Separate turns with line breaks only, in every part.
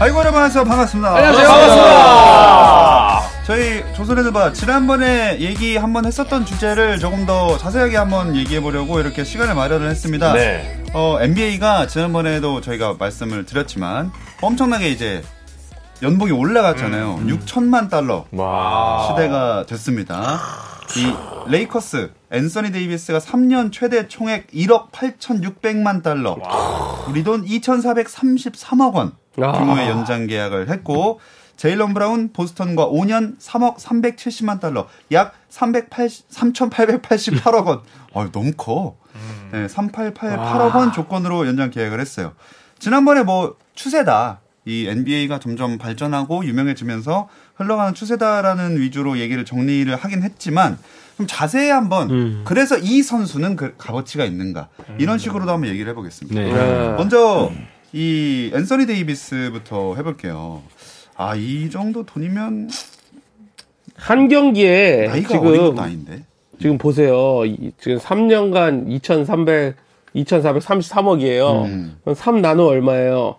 아이고 여러분 안녕하세요 네, 반갑습니다.
안녕하세요. 반갑습니다.
저희 조선레드바 지난번에 얘기 한번 했었던 주제를 조금 더 자세하게 한번 얘기해 보려고 이렇게 시간을 마련을 했습니다.
네.
어, NBA가 지난번에도 저희가 말씀을 드렸지만 엄청나게 이제 연봉이 올라갔잖아요. 6천만 달러
음, 와.
시대가 됐습니다. 이 레이커스 앤서니 데이비스가 3년 최대 총액 1억 8,600만 달러, 우리 돈 2,433억 원 규모의 연장 계약을 했고 제일런 브라운 보스턴과 5년 3억 370만 달러, 약 380, 3,888억 원. 아, 너무 커. 네, 3,888억 원 조건으로 연장 계약을 했어요. 지난번에 뭐 추세다. 이 NBA가 점점 발전하고 유명해지면서 흘러가는 추세다라는 위주로 얘기를 정리를 하긴 했지만 좀 자세히 한번 그래서 이 선수는 그 값어치가 있는가 이런 식으로도 한번 얘기를 해보겠습니다.
네.
먼저 이 앤서니 데이비스부터 해볼게요. 아 이 정도 돈이면
한 경기에
나이가 어린
네, 지금
것도 아닌데.
지금 보세요. 이- 지금 3년간 2,300 2,433억이에요.
음.
그럼 3 나누 얼마예요?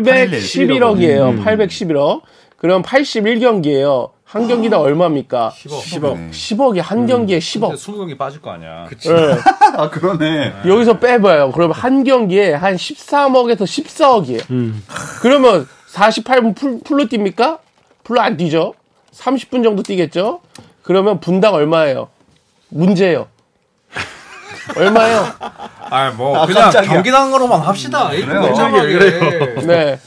811억이에요. 811억. 그럼 81경기예요. 한
아,
경기당 얼마입니까? 10억.
네.
10억이 한
음.
경기에 10억.
20경기 빠질 거 아니야.
예.
아 그러네.
여기서 빼봐요. 그러면 한 경기에 한 13억에서 14억이에요.
음.
그러면 48분 풀, 풀로 뜁니까? 풀로 안 뛰죠. 30분 정도 뛰겠죠. 그러면 분당 얼마예요? 문제예요. 얼마예요?
아니 뭐 그냥 경기당으로만 합시다. 그래요. 그래요.
네.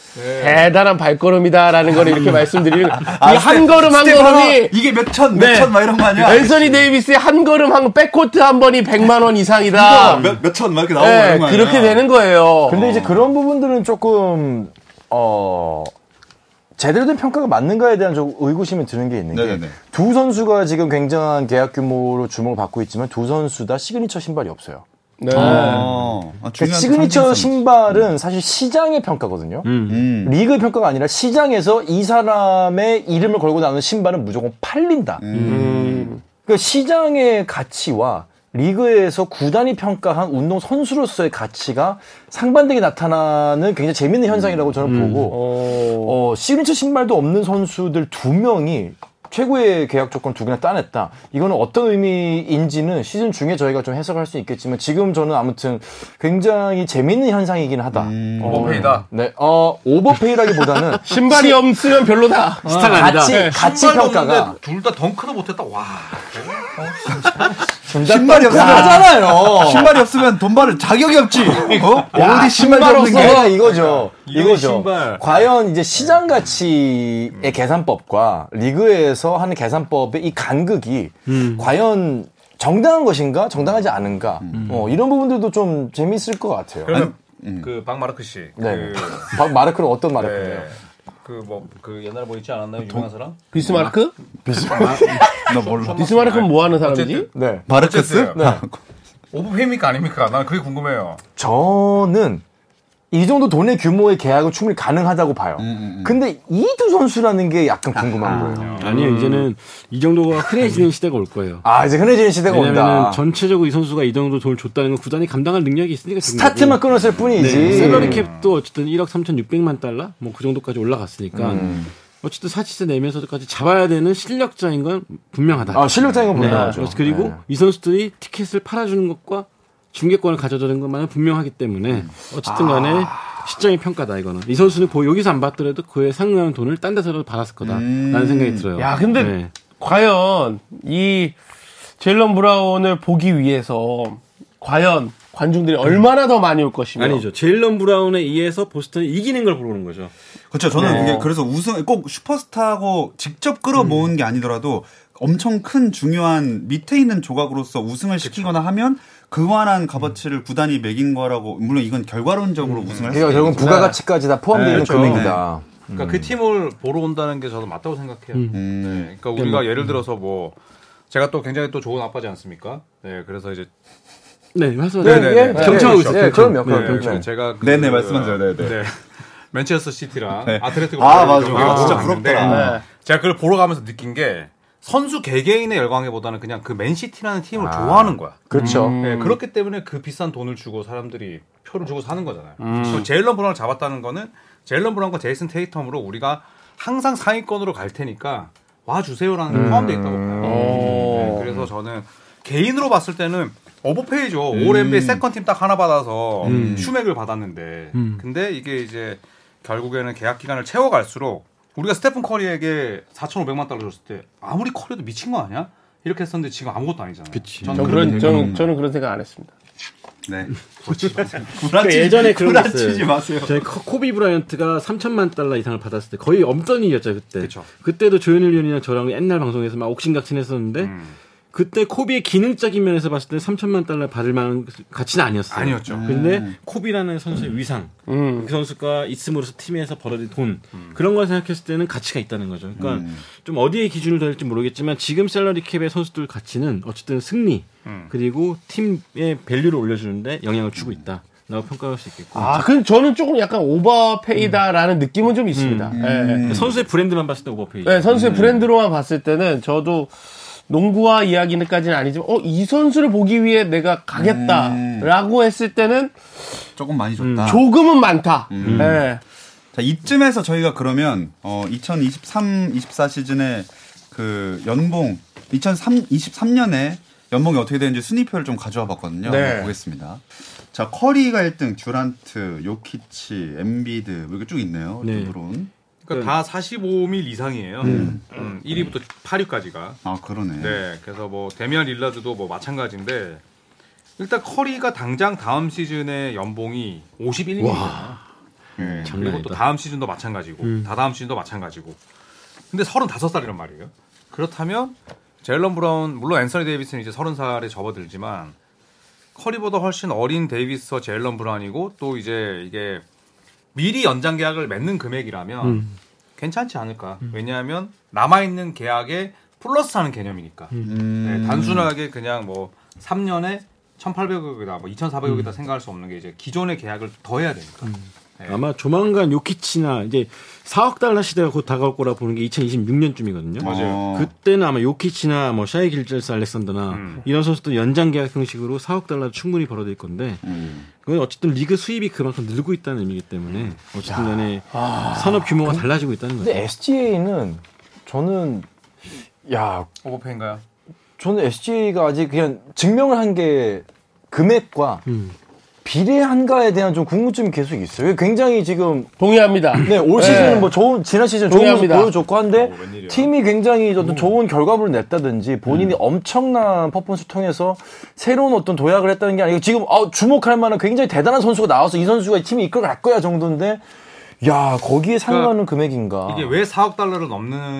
대단한 발걸음이다라는 걸 이렇게 말씀드리는 이 한 걸음 한
아, 스텝 하나,
걸음이
이게 몇천몇천
네.
막 이런 거 아니야?
앤서니 데이비스의 한 걸음 한 백코트 한 번이 100만 원 이상이다.
아, 몇몇천막 이렇게 나오고
아, 네,
이런 거 아니야?
그렇게 되는 거예요.
근데
어.
이제 그런 부분들은 조금 어 제대로 된 평가가 맞는가에 대한 좀 의구심이 드는 게 있는
네네네.
게 두 선수가 지금 굉장한 계약 규모로 주목을 받고 있지만 두 선수 다 시그니처 신발이 없어요.
네.
어,
음.
아,
그러니까
중요한
시그니처
상징성.
신발은 사실 시장의 평가거든요.
음.
리그 평가가 아니라 시장에서 이 사람의 이름을 걸고 나오는 신발은 무조건 팔린다. 그 시장의 가치와 리그에서 구단이 평가한 운동 선수로서의 가치가 상반되게 나타나는 굉장히 재밌는 현상이라고 저는 보고 어, 시그니처 신발도 없는 선수들 두 명이 최고의 계약 조건 두 개나 따냈다. 이거는 어떤 의미인지는 시즌 중에 저희가 좀 해석할 수 있겠지만 지금 저는 아무튼 굉장히 재밌는 현상이긴 하다.
오페이다.
네, 어 오버페이라기보다는
신발이
아,
없으면 별로다.
가치 가치 평가가
둘다 덩크도 못했다. 와.
신발이 없으면
하잖아요.
신발이 없으면 돈 받을 자격이 없지. 어? 어디 신발이
신발
없는 게?
없어가 이거죠.
이거
이거죠.
신발.
과연 이제 시장 가치의 계산법과 리그에서 하는 계산법의 이 간극이 과연 정당한 것인가, 정당하지 않은가, 어, 이런 부분들도 좀 재미있을 것 같아요.
그러면 그 박마르크 씨.
네.
그
박 마르크는 어떤 마르크예요?
그 뭐 그 옛날에 뭐 있지 않았나요? 유명한 사람?
비스마르크?
나 몰라. 아,
비스마르크는 뭐 하는 사람이지?
네.
바르크스?
어쨌든. 오버페이입니까 아닙니까? 난 그게 궁금해요.
저는 이 정도 돈의 규모의 계약은 충분히 가능하다고 봐요. 근데 이 두 선수라는 게 약간 궁금한 거예요.
아니요
음.
이제는 이 정도가 흔해지는 시대가 올 거예요.
아 이제 흔해지는 시대가 온다.
왜냐면 전체적으로 이 선수가 이 정도 돈을 줬다는 건 구단이 감당할 능력이 있으니까 준 거고.
스타트만 음. 끊었을 뿐이지.
네, 셀러리 캡도 어쨌든 1억 3,600만 달러 뭐 그 정도까지 올라갔으니까
음.
어쨌든 사치세 내면서까지 잡아야 되는 실력자인 건 분명하다.
아 실력자인 건
네.
분명하죠.
그렇죠.
그래서 그리고
네.
이 선수들이 티켓을 팔아주는 것과 중계권을 가져다는 것만은 분명하기 때문에 어쨌든 간에 시장의 평가다 이거는 이 선수는 고- 여기서 안 받더라도 그에 상응하는 돈을 딴 데서라도 받았을 거다라는 생각이 들어요.
야, 근데
네.
과연 이 제일런 브라운을 보기 위해서 과연 관중들이 얼마나 더 많이 올 것이며
그 아니죠. 제일런 브라운에 의해서 보스턴이 이기는 걸 보는 거죠.
그렇죠. 저는
네.
그게 그래서 우승 꼭 슈퍼스타하고 직접 끌어모은
음.
게 아니더라도 엄청 큰 중요한 밑에 있는 조각으로서 우승을 시키거나 하면 그만한 값어치를 구단이 매긴 거라고 물론 이건 결과론적으로
음.
우승을
그러니까
했어요.
결국 부가가치까지 다 포함되어 있는
그렇죠.
금액이다.
그러니까 그 팀을 보러 온다는 게 저도 맞다고 생각해요. 네, 그러니까 우리가 예를 들어서 뭐 제가 또 굉장히 또 좋은 아빠지 않습니까? 네, 그래서 이제
네, 말씀하세요.
네, 네.
경청하고 있어요.
네, 그럼요.
경청.
그럼요.
네, 제가 그-
네네, 말씀하세요. 네네.
맨체스터 시티랑
네.
아틀레티코
아, 맞아.
경기를
아, 진짜
보러 갔는데
부럽더라.
제가 그걸 보러 가면서 느낀 게 선수 개개인의 열광에보다는 그냥 그 맨시티라는 팀을 좋아하는 거야.
그렇죠.
음.
네, 그렇기 때문에 그 비싼 돈을 주고 사람들이 표를 주고 사는 거잖아요.
음.
또 제일런 브라운을 잡았다는 거는 제일런 브라운과 제이슨 테이텀으로 우리가 항상 상위권으로 갈 테니까 와 주세요라는
음.
게 포함되어 있다고 봐요. 네, 그래서 저는 개인으로 봤을 때는 오버페이죠.
음.
올 NBA 세컨팀 딱 하나 받아서 슈맥을 받았는데
음.
근데 이게 이제 결국에는 계약 기간을 채워갈수록 우리가 스테픈 커리에게 4,500만 달러 줬을 때 아무리 커리도 미친 거 아니야? 이렇게 했었는데 지금 아무것도 아니잖아요.
그치.
저는
저는
그런
그런 저는, 저는 그런 생각 안 했습니다.
네.
그
구라치지,
네, 예전에 그런 게 있어요.
구라치지 마세요.
저희 커- 코비 브라이언트가 3천만 달러 이상을 받았을 때 거의 엄덩이였죠 그때.
그쵸.
때도 조현일 위원이랑 저랑 옛날 방송에서 막 옥신각신 했었는데 그때 코비의 기능적인 면에서 봤을 때 3천만 달러 받을 만한 가치는 아니었어요.
아니었죠.
근데
음.
코비라는 선수의 위상, 그 선수가 있음으로써 팀에서 벌어진 돈 그런 걸 생각했을 때는 가치가 있다는 거죠. 그러니까
음.
좀 어디에 기준을 둬야 될지 모르겠지만 지금 셀러리 캡의 선수들 가치는 어쨌든 승리
음.
그리고 팀의 밸류를 올려주는데 영향을 주고 있다. 라고 평가할 수 있겠고.
아, 그럼 저는 조금 약간
음.
오버페이다라는 느낌은 좀 있습니다. 예, 예.
선수의 브랜드만 봤을 때 오버페이.
네, 선수의
음.
브랜드로만 봤을 때는 저도 농구와 이야기는까지는 아니지만 어, 이 선수를 보기 위해 내가 가겠다라고 했을 때는
조금 많이
음. 아.
줬다.
조금은 많다. 예.
자, 이쯤에서 저희가 그러면 어 2023-24 시즌에 그 연봉 2023년에 연봉이 어떻게 되는지 순위표를 좀 가져와 봤거든요.
네.
한번 보겠습니다. 자, 커리가 1등, 듀란트, 요키치, 엠비드 뭐 이렇게 쭉 있네요.
네.
론
그러니까 다 45밀 이상이에요. 음, 1위부터 8위까지가.
아, 그러네.
네, 그래서 뭐 데미안 릴라드도 뭐 마찬가지인데 일단 커리가 당장 다음 시즌에 연봉이 51입니다.
예.
그리고 또
장난이다.
다음 시즌도 마찬가지고 다다음 시즌도 마찬가지고. 근데 35살이란 말이에요. 그렇다면 제일런 브라운 물론 앤서니 데이비스는 이제 30살에 접어들지만 커리보다 훨씬 어린 데이비스와 제일런 브라운이고 또 이제 이게 미리 연장 계약을 맺는 금액이라면
음.
괜찮지 않을까. 왜냐하면 남아있는 계약에 플러스하는 개념이니까.
음.
네, 단순하게 그냥 뭐 3년에 1,800억이다, 뭐
음.
2,400억이다 생각할 수 없는 게 이제 기존의 계약을 더해야 되니까. 네.
아마 조만간 요키치나 이제 4억 달러 시대가 곧 다가올 거라 보는 게 2026년쯤이거든요.
맞아요.
그때는 아마 요키치나 뭐 샤이 길젤스 알렉산더나
음.
이런 선수도 연장 계약 형식으로 4억 달러 충분히 벌어들 건데
음.
그건 어쨌든 리그 수입이 그만큼 늘고 있다는 의미이기 때문에
음.
어쨌든 간에
아.
산업 규모가
그
달라지고 있다는 거죠.
네.
근데 SGA는 저는 야
오버페인가요?
저는 SGA가 아직 그냥 증명을 한 게 금액과
음.
비례한가에 대한 좀 궁금증이 계속 있어요. 굉장히 지금
동의합니다.
네, 올
네.
시즌은 뭐 좋은 지난 시즌 좋은 모습
동의합니다. 음.
보여줬고 한데
오, 어, 웬일이야.
팀이 굉장히 어떤 좋은 결과물을 냈다든지 본인이 엄청난 퍼포먼스를 통해서 새로운 어떤 도약을 했다는 게 아니고 지금 어, 주목할 만한 굉장히 대단한 선수가 나와서 이 선수가 이 팀이 이끌어갈 거야 정도인데 야 거기에 상응하는 금액인가
그러니까 이게 왜 4억 달러를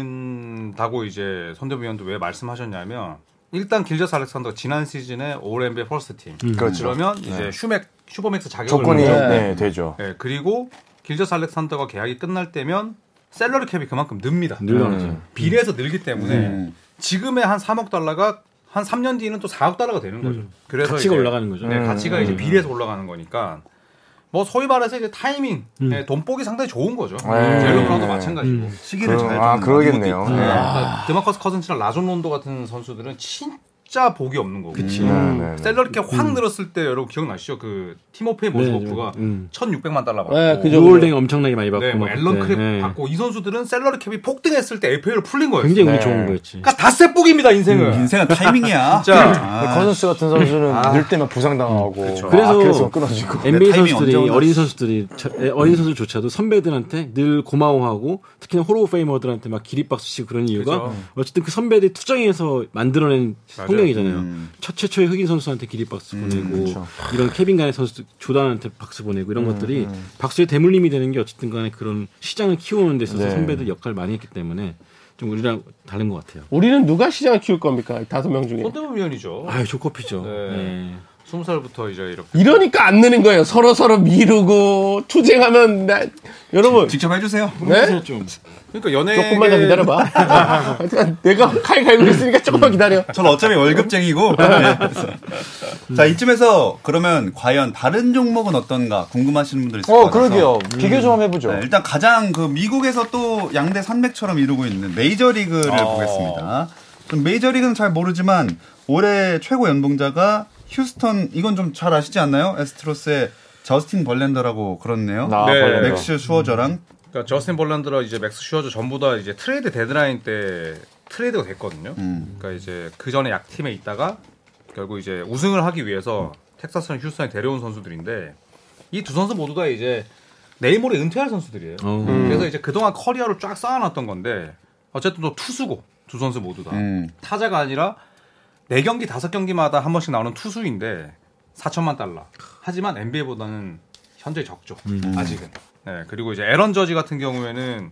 넘는다고 이제 손대부 위원도 왜 말씀하셨냐면 일단 길저스 알렉산더가 지난 시즌에 올 NBA 퍼스트 팀.
그렇죠.
그러면 이제 슈맥 슈퍼맥스 자격을
조건이
얻는
네.
거죠.
되죠
예, 그리고 길저스 알렉산더가 계약이 끝날 때면 셀러리 캡이 그만큼 늡니다. 예,
늘어나죠.
비례해서 늘기 때문에 지금의 한 3억 달러가 한 3년 뒤는 또 4억 달러가 되는 거죠. 그래서
음. 가치가
이제,
올라가는 거죠. 음.
네, 가치가 이제 비례해서 올라가는 거니까 뭐 소위 말해서 이제 타이밍,
음.
네, 돈복이 상당히 좋은 거죠. 음.
네.
젤로 브라운도 마찬가지고.
시기를 잘
아
잡는
그러겠네요
것도 있고.
네.
네.
그러니까 드마커스 커슨이나 라존 론도 같은 선수들은 진짜 복이 없는 거고.
네, 네, 네.
음, 셀러리 캡확 늘었을 때 여러분 기억나시죠? 그 팀오페이 모스버프가
음. 네, 음.
1,600만 달러 받고
네, 그죠.
롤댕 엄청나게 많이 받고
네, 뭐
막
앨런
그때.
크랩
네.
받고 이 선수들은 셀러리 캡이 폭등했을 때 FA를 풀린 거예요.
굉장히 음, 운이
네.
좋은 거였지.
그러니까 다 쇠복입니다 인생은.
인생은 타이밍이야.
음.
진짜.
아,
커슨스 같은 선수는
아.
늘 때면 부상당하고 그래서
그래서-
아, 그래서 끊어지고
타이밍이
NBA
언제
선수들이
오나?
어린 선수들이 저- 에, 어린 선수조차도 선배들한테 늘 고마워하고 특히나 호로우 페이머들한테 막 기립박수 치고 그런 이유가
그죠.
어쨌든 그 선배들이 투쟁해서 만들어낸
맞아요.
성명이잖아요.
음.
첫 최초의 흑인 선수한테 기립박수 보내고 이런 케빈 간의 선수 조단한테 박수 보내고 이런 것들이 박수의 대물림이 되는 게 어쨌든 간에 그런 시장을 키우는 데 있어서
네.
선배들 역할을 많이 했기 때문에 좀 우리랑 다른 것 같아요.
우리는 누가 시장을 키울 겁니까? 이 다섯 명 중에.
손대범 위원이죠.
아유 조커피죠.
네.
네.
스무 살부터 이제 이렇게.
이러니까 안 느는 거예요. 서로 서로 미루고 투쟁하면 나... 여러분
직접 해주세요.
네?
좀
그러니까 연예.
조금만 더 기다려봐. 하여튼 내가 칼 갈고 있으니까 조금만 기다려.
저는 어차피 월급쟁이고. 네, 그래서. 자, 이쯤에서 그러면 과연 다른 종목은 어떤가 궁금하신 분들 있을 것
어
같아서.
그러게요 비교 좀 한번 해보죠
네, 일단 가장 그 미국에서 또 양대 산맥처럼 이루고 있는 메이저리그를 보겠습니다. 좀 메이저리그는 잘 모르지만 올해 최고 연봉자가 휴스턴 이건 좀 잘 아시지 않나요? 에스트로스의 저스틴 벌렌더라고 그렇네요.
아, 네. 벌렌더.
맥스 슈어저랑
그러니까 저스틴 볼란드라 이제 맥스 슈어즈 전부 다 이제 트레이드 데드라인 때 트레이드가 됐거든요. 그러니까 이제 그 전에 약 팀에 있다가 결국 이제 우승을 하기 위해서 텍사스랑 휴스턴에 데려온 선수들인데 이 두 선수 모두 다 이제 내일 모레 은퇴할 선수들이에요.
음.
그래서 이제 그동안 커리어를 쫙 쌓아놨던 건데 어쨌든 또 투수고 두 선수 모두 다
음.
타자가 아니라 네 경기 다섯 경기마다 한 번씩 나오는 투수인데 4천만 달러. 하지만 NBA보다는 현재 적죠.
음.
아직은. 네, 그리고 이제 에런 저지 같은 경우에는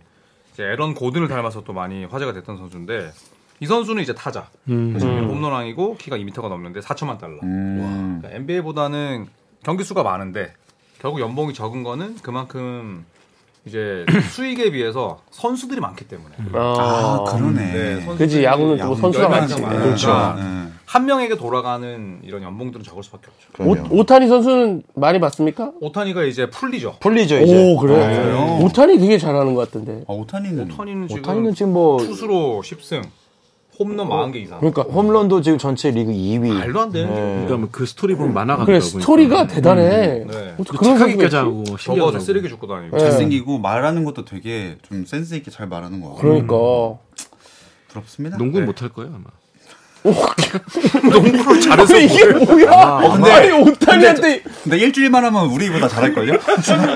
이제 에런 고든을 닮아서 또 많이 화제가 됐던 선수인데 이 선수는 이제 타자.
음.
그래서 홈런왕이고 키가 2m가 넘는데 4천만 달러.
음.
NBA보다는 경기 수가 많은데 결국 연봉이 적은 거는 그만큼 이제 수익에 비해서 선수들이 많기 때문에.
아, 그러네.
선수들이
음. 어. 그지 야구는 또
야구
선수가
열만
많지.
명 많아요.
그렇죠.
네.
한 명에게 돌아가는 이런 연봉들은 적을 수밖에 없죠.
오, 오타니 선수는 많이 봤습니까?
오타니가 이제 풀리죠.
풀리죠 네, 이제.
오 그래.
그래요?
오타니 되게 잘하는 것 같던데.
아, 오타니는
오타니는 지금
오타니는 지금 뭐
투수로 10승, 홈런 40개 이상.
그러니까
아, 홈런도 지금 전체 리그 2위.
말도 안 되는.
네.
그러니까 뭐그 스토리 보면 그러니까. 만화 같더라고.
그래 스토리가 대단해.
네.
어떻게 그런
착하기까지
선수가 있지?
하고
저거
신기하고.
아주 쓰레기 줍고 다니고.
네.
잘생기고 말하는 것도 되게 좀 센스 있게 잘 말하는 거 같아요.
그러니까
부럽습니다.
농구
네.
는못 할 거예요 아마.
농구를 잘해서
아니, 이게 뭐야?
어, 근데-
아니 오타니한테
근데 일주일만 하면 우리보다 잘할걸요?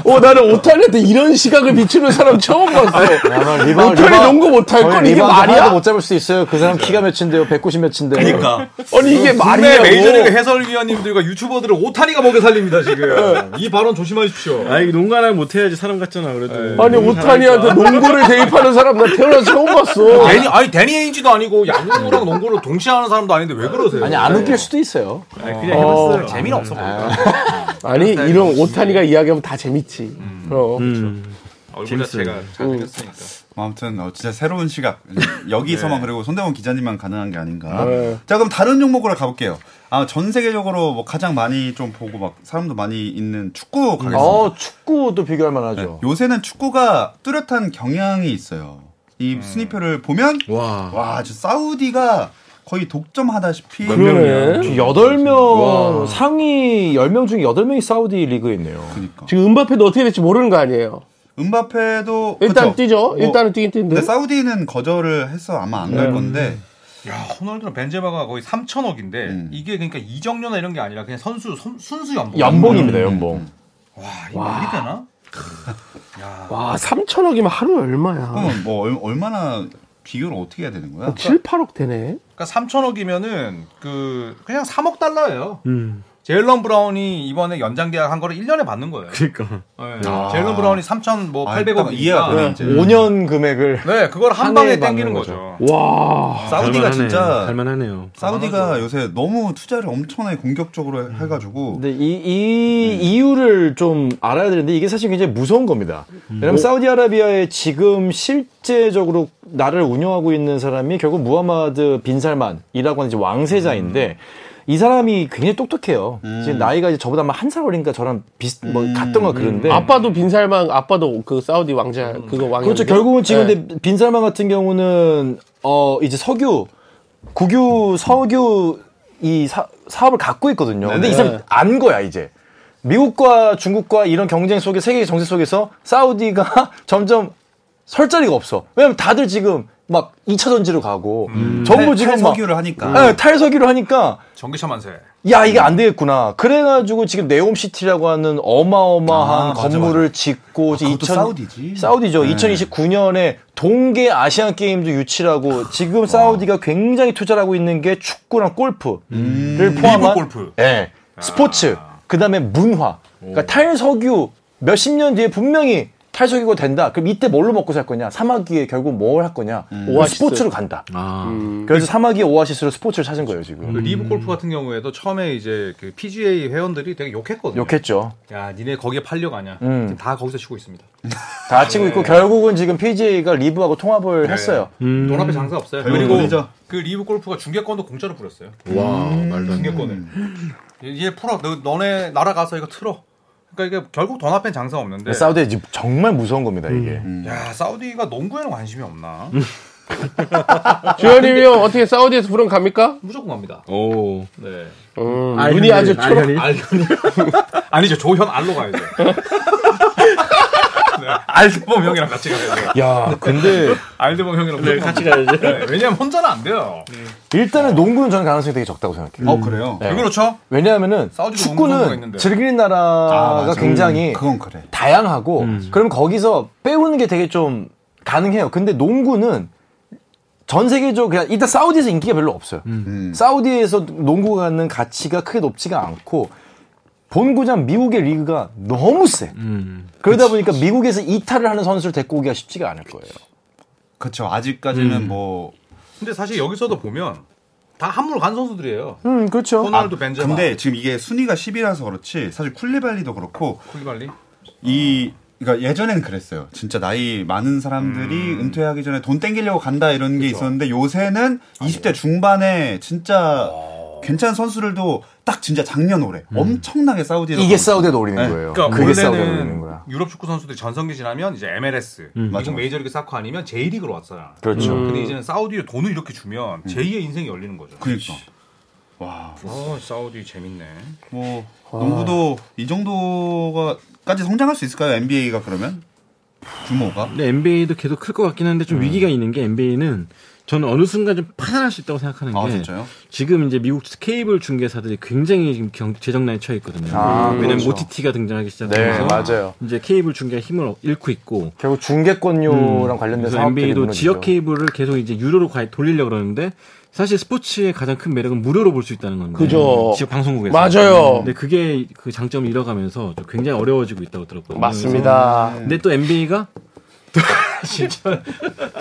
어 나는 오타니한테 이런 시각을 비추는 사람 처음 봤어.
아마 리바운드 어,
오타니 농구 못할 걸 이게 말이야?
못 잡을 수 있어요. 그 사람 키가 몇인데요? 190 몇인데.
그러니까.
아니 이게
국내
말이냐고.
메이저리그 해설위원님들과 유튜버들을 오타니가 먹여 살립니다 지금. 이 발언 조심하십시오.
아 이게 농구 하나 못 해야지 사람 같잖아 그래도.
아니 오타니한테 농구를 대입하는 사람 나 태어나서 처음 봤어.
데니, 아니 데니 에인지도 아니고 야구랑 농구를 동시에 하는 사람도 아닌데 왜 그러세요? 네.
아니 안 웃길 수도 있어요.
그냥 해봤어요. 재미는 없어 보여.
아니 이런 오타니가 이야기하면 다 재밌지. 그럼
얼굴 자체가 잘생겼으니까.
아무튼 어, 진짜 새로운 시각 여기서만 그리고 손대원 기자님만 가능한 게 아닌가.
네.
자 그럼 다른 종목으로 가볼게요. 아 전 세계적으로 뭐 가장 많이 좀 보고 막 사람도 많이 있는 축구
음.
가겠습니다.
어 축구도 비교할 만하죠.
요새는 축구가 뚜렷한 경향이 있어요. 이
음.
순위표를 보면
와.
와, 저 사우디가 거의 독점하다시피
그러네.
음, 지금 8명 상위 10명 중 8명이 사우디 리그에 있네요.
그러니까.
지금 은바페도 어떻게 될지 모르는 거 아니에요.
은바페도
일단
그쵸?
뛰죠.
뭐,
일단은 네. 뛰긴 뛰는데.
근데 사우디는 거절을 해서 아마 안 갈 건데
야, 호날두랑 벤제마가 거의 3천억인데
음.
이게 그러니까 이적료나 이런 게 아니라 그냥 선수 선- 순수 연봉.
연봉입니다, 연봉.
와, 이거 말이 되나?
와 3천억이면 하루에 얼마야?
그러면 뭐 얼- 얼마나 비교를 어떻게 해야 되는 거야?
7, 8억 되네.
그러니까 3천억이면은 그 그냥 3억 달러예요.
음.
제일런 브라운이 이번에 연장 계약 한 거를 1년에 받는 거예요.
그러니까.
예. 제일런 브라운이 3천 뭐
아, 딱
800억
이해가 되네 이제.
5년 금액을
네, 그걸 한
한
방에
해에 받는
땡기는
거죠.
거죠.
와.
아, 사우디가 진짜
갈만하네요.
사우디가 요새 너무 투자를 엄청나게 공격적으로 해- 해가지고
근데 이,
네.
이 이유를 좀 알아야 되는데 이게 사실 굉장히 무서운 겁니다.
음.
왜냐하면 사우디아라비아의 지금 실제적으로 나라를 운영하고 있는 사람이 결국 무하마드 빈 살만이라고 하는 이제 왕세자인데
음.
이 사람이 굉장히 똑똑해요. 지금 나이가 이제 저보다 아마 한 살 어린가 저랑 비슷 뭐 같던 거 그런데
음. 아빠도 빈살망 아빠도 그 사우디 왕자 그거 왕이
그렇죠. 결국은 지금
네.
근데 빈살만 같은 경우는 어 이제 석유 국유 석유 이 사, 사업을 갖고 있거든요. 근데 이 사람 안 거야 이제. 미국과 중국과 이런 경쟁 속에 세계 정세 속에서 사우디가 점점 설 자리가 없어. 왜냐면 다들 지금 막 2차 전지로 가고 전부
음. 탈-
뭐 지금 막
탈석유를 네, 하니까 네.
예, 탈석유를 하니까
전기차 만세.
야 이게 안 되겠구나. 그래가지고 지금 네옴시티라고 하는 어마어마한
아, 맞아,
건물을 짓고 이제
그것도 사우디지. 네.
사우디죠. 2029년에 동계 아시안 게임도 유치하고 지금 사우디가 굉장히 투자를 하고 있는 게 축구랑 골프를
음.
포함한
골프.
예, 스포츠
아.
그다음에 문화. 그러니까 탈석유 몇십 년 뒤에 분명히 탈석유가 된다. 그럼 이때 뭘로 먹고 살 거냐? 사막기에 결국 뭘 할 거냐?
음.
오아시스.
스포츠로 간다.
아.
그래서 사막이 오아시스로 스포츠를 찾은 거예요
음.
지금.
그 리브 골프 같은 경우에도 처음에 이제 그 PGA 회원들이 되게 욕했거든요.
욕했죠.
야, 니네 거기에 팔려가냐. 지금 다 거기서 치고 있습니다.
다 치고 있고 결국은 지금 PGA가 리브하고 통합을
네.
했어요.
돈 앞에 장사 없어요.
결국은
그리고
돈이죠.
그 리브 골프가 중계권도 공짜로 뿌렸어요.
와 아, 말도 안 돼.
중계권을. 얘, 얘 음. 풀어. 너, 너네 나라 가서 이거 틀어. 그러니까 이게 결국 돈
네,
앞엔 장사 없는데.
음. 사우디 정말 무서운 겁니다 이게.
야, 사우디가 농구에는 관심이 없나?
주현님이 형 어떻게 사우디에서 부른 갑니까?
무조건 갑니다.
오.
네.
음, 눈이 아주 초록.
알현이?
알현이 아니죠 조현 알로 가야죠. 네, 알드범 형이랑 같이 가야 돼요.
야,
그
근데
알드범 형이랑
네, 같이 가야지.
네, 왜냐면 혼자는 안 돼요.
일단은 농구는 저는 가능성이 되게 적다고 생각해요.
어 그래요.
네.
그렇죠.
왜냐하면은
사우디도 농구가
축구는
있는데. 음,
즐기는
아,
나라가
맞아.
굉장히
그건 그래.
다양하고 그럼 거기서 빼오는 게 되게 좀 가능해요. 근데 농구는 전 세계적으로 그냥 일단 사우디에서 인기가 별로 없어요. 사우디에서 농구가 갖는 가치가 크게 높지가 않고 본고장 미국의 리그가 너무 세. 그러다 보니까 미국에서 이탈을 하는 선수를 데리고 오기가 쉽지가 않을 거예요.
그렇죠. 아직까지는
음.
뭐
근데 사실 여기서도 보면 다 한물 간 선수들이에요.
음, 그렇죠.
호날두 벤제마
아, 근데 지금 이게 순위가 10이라서 그렇지 사실 쿨리발리도 그렇고
쿨리발리
이 그러니까 예전엔 그랬어요. 진짜 나이 많은 사람들이
음.
은퇴하기 전에 돈 땡기려고 간다 이런 게 있었는데 요새는 20대 중반에 진짜
아.
괜찮은 선수들도 딱 진짜 작년 올해 엄청나게 사우디에서
음. 이게 사우디에 노리는
네.
거예요.
그러니까
그게 사우디에 노리는
원래는
거야.
유럽 축구 선수들이 전성기 지나면 이제 MLS,
맞아,
미국
맞아.
메이저리그 사커 아니면 J리그로 왔어요. 음.
그렇죠.
근데 이제는 사우디에 돈을 이렇게 주면 제2의 인생이 열리는 거죠.
그러니까 와
어, 사우디 재밌네.
뭐 농구도 이 정도가까지 성장할 수 있을까요? NBA가 그러면 규모가
근데 NBA도 계속 클 것 같긴 한데 좀 위기가 있는 게 NBA는 저는 어느 순간 좀 파산할 수 있다고 생각하는
아
게
진짜요?
지금 이제 미국 케이블 중개사들이 굉장히 지금 경- 재정난에 처해 있거든요.
아,
왜냐면
그렇죠.
OTT가 등장하기
네,
시작하면서
맞아요.
이제 케이블 중개 힘을 잃고 있고
결국 중계권료랑 관련된
그래서
사업들이
NBA도
무너지죠.
지역 케이블을 계속 이제 유료로 가- 돌리려고 그러는데 사실 스포츠의 가장 큰 매력은 무료로 볼 수 있다는 건데
그죠.
지역 방송국에서
맞아요.
근데 그게 그 장점을 잃어가면서 좀 굉장히 어려워지고 있다고 들었거든요.
맞습니다.
그래서 근데 또 NBA가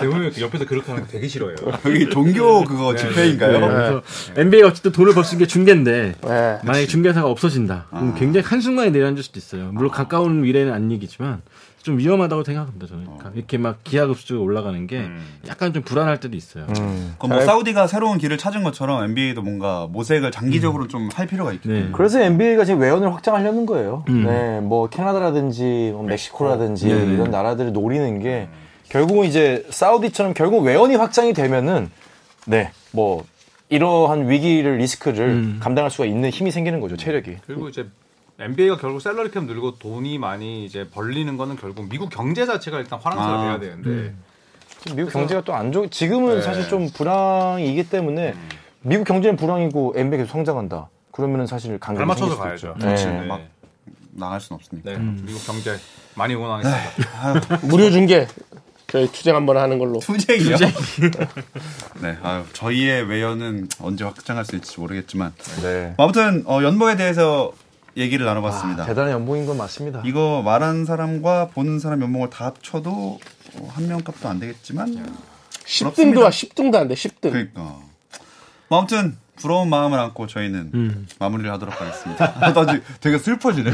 대부분 옆에서 그렇게 하는 거 되게 싫어요.
여기 종교 그거 집회인가요?
그래서 NBA 가 어쨌든 돈을 벌 수 있는 게 중계인데
네.
만약에 중개사가 없어진다. 그럼 굉장히 한순간에 내려앉을 수도 있어요. 물론 가까운 미래는 안 얘기지만 좀 위험하다고 생각합니다, 저는. 그러니까 이렇게 막 기하급수적으로 올라가는 게 약간 좀 불안할 때도 있어요.
음.
그럼 뭐 사우디가 새로운 길을 찾은 것처럼 NBA도 뭔가 모색을 장기적으로 좀 할 필요가 있죠.
네.
그래서 NBA가 지금 외연을 확장하려는 거예요.
음.
네, 뭐 캐나다라든지 뭐 멕시코라든지 이런 나라들을 노리는 게 결국은 이제 사우디처럼 결국 외연이 확장이 되면은 네, 뭐 이러한 위기를 리스크를
음.
감당할 수가 있는 힘이 생기는 거죠 체력이.
그리고 이제 NBA가 결국 셀러리캡 늘고 돈이 많이 이제 벌리는 거는 결국 미국 경제 자체가 일단 화랑새가
아,
돼야 되는데
미국 경제가 또 안 좋. 지금은
네. 음.
사실 좀 불황이기 때문에 미국 경제는 불황이고 NBA 계속 성장한다. 그러면은 사실
잘
강점이
맞춰서
생길 수도 있죠.
가야죠.
그렇지.
네.
막 나갈 순 없으니까.
네, 미국 경제 많이 응원하겠습니다.
무료 중계. 저희 투쟁 한번 하는 걸로.
투쟁이요? 네, 아유, 저희의 외연은 언제 확장할 수 있을지 모르겠지만
네.
아무튼 어, 연봉에 대해서 얘기를 나눠봤습니다.
아, 대단한 연봉인 건 맞습니다.
이거 말한 사람과 보는 사람 연봉을 다 합쳐도 어, 한 명값도 안 되겠지만
10등도, 10등도 안 돼, 10등.
그러니까 뭐 아무튼 부러운 마음을 안고 저희는 마무리를 하도록 하겠습니다. 아, 나 지금 되게 슬퍼지네.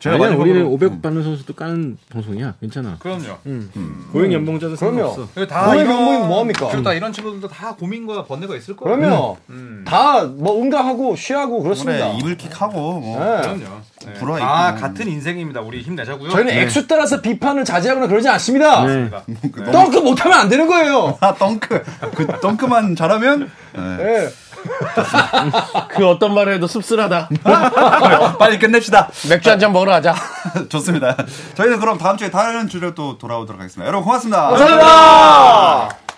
제가 음.
아니야,
마지막으로-
우리는 500 받는 선수도 까는 방송이야. 괜찮아.
그럼요.
고용 연봉자도
그럼요.
상관없어.
그리고 다
오늘
이런
경무인 음. 뭐합니까?
그리고 다 이런 친구들도 다 고민과 번뇌가 있을 거예요.
그러면
음.
다 뭐 응가하고 쉬하고 그렇습니다.
그래 이불킥 하고 뭐
네.
그럼요. 네.
불화
다
있고.
같은 인생입니다. 우리 힘내자고요. 네.
저희는 액수 따라서 비판을 자제하거나 그러지 않습니다.
네.
덩크 못하면 안 되는 거예요.
아 덩크 그 덩크만 잘하면 네.
예.
그 어떤 말을 해도 씁쓸하다.
빨리 끝냅시다.
맥주 한 잔 먹으러 가자.
좋습니다. 저희는 그럼 다음 주에 다른 주제로 또 돌아오도록 하겠습니다. 여러분 고맙습니다.
감사합니다.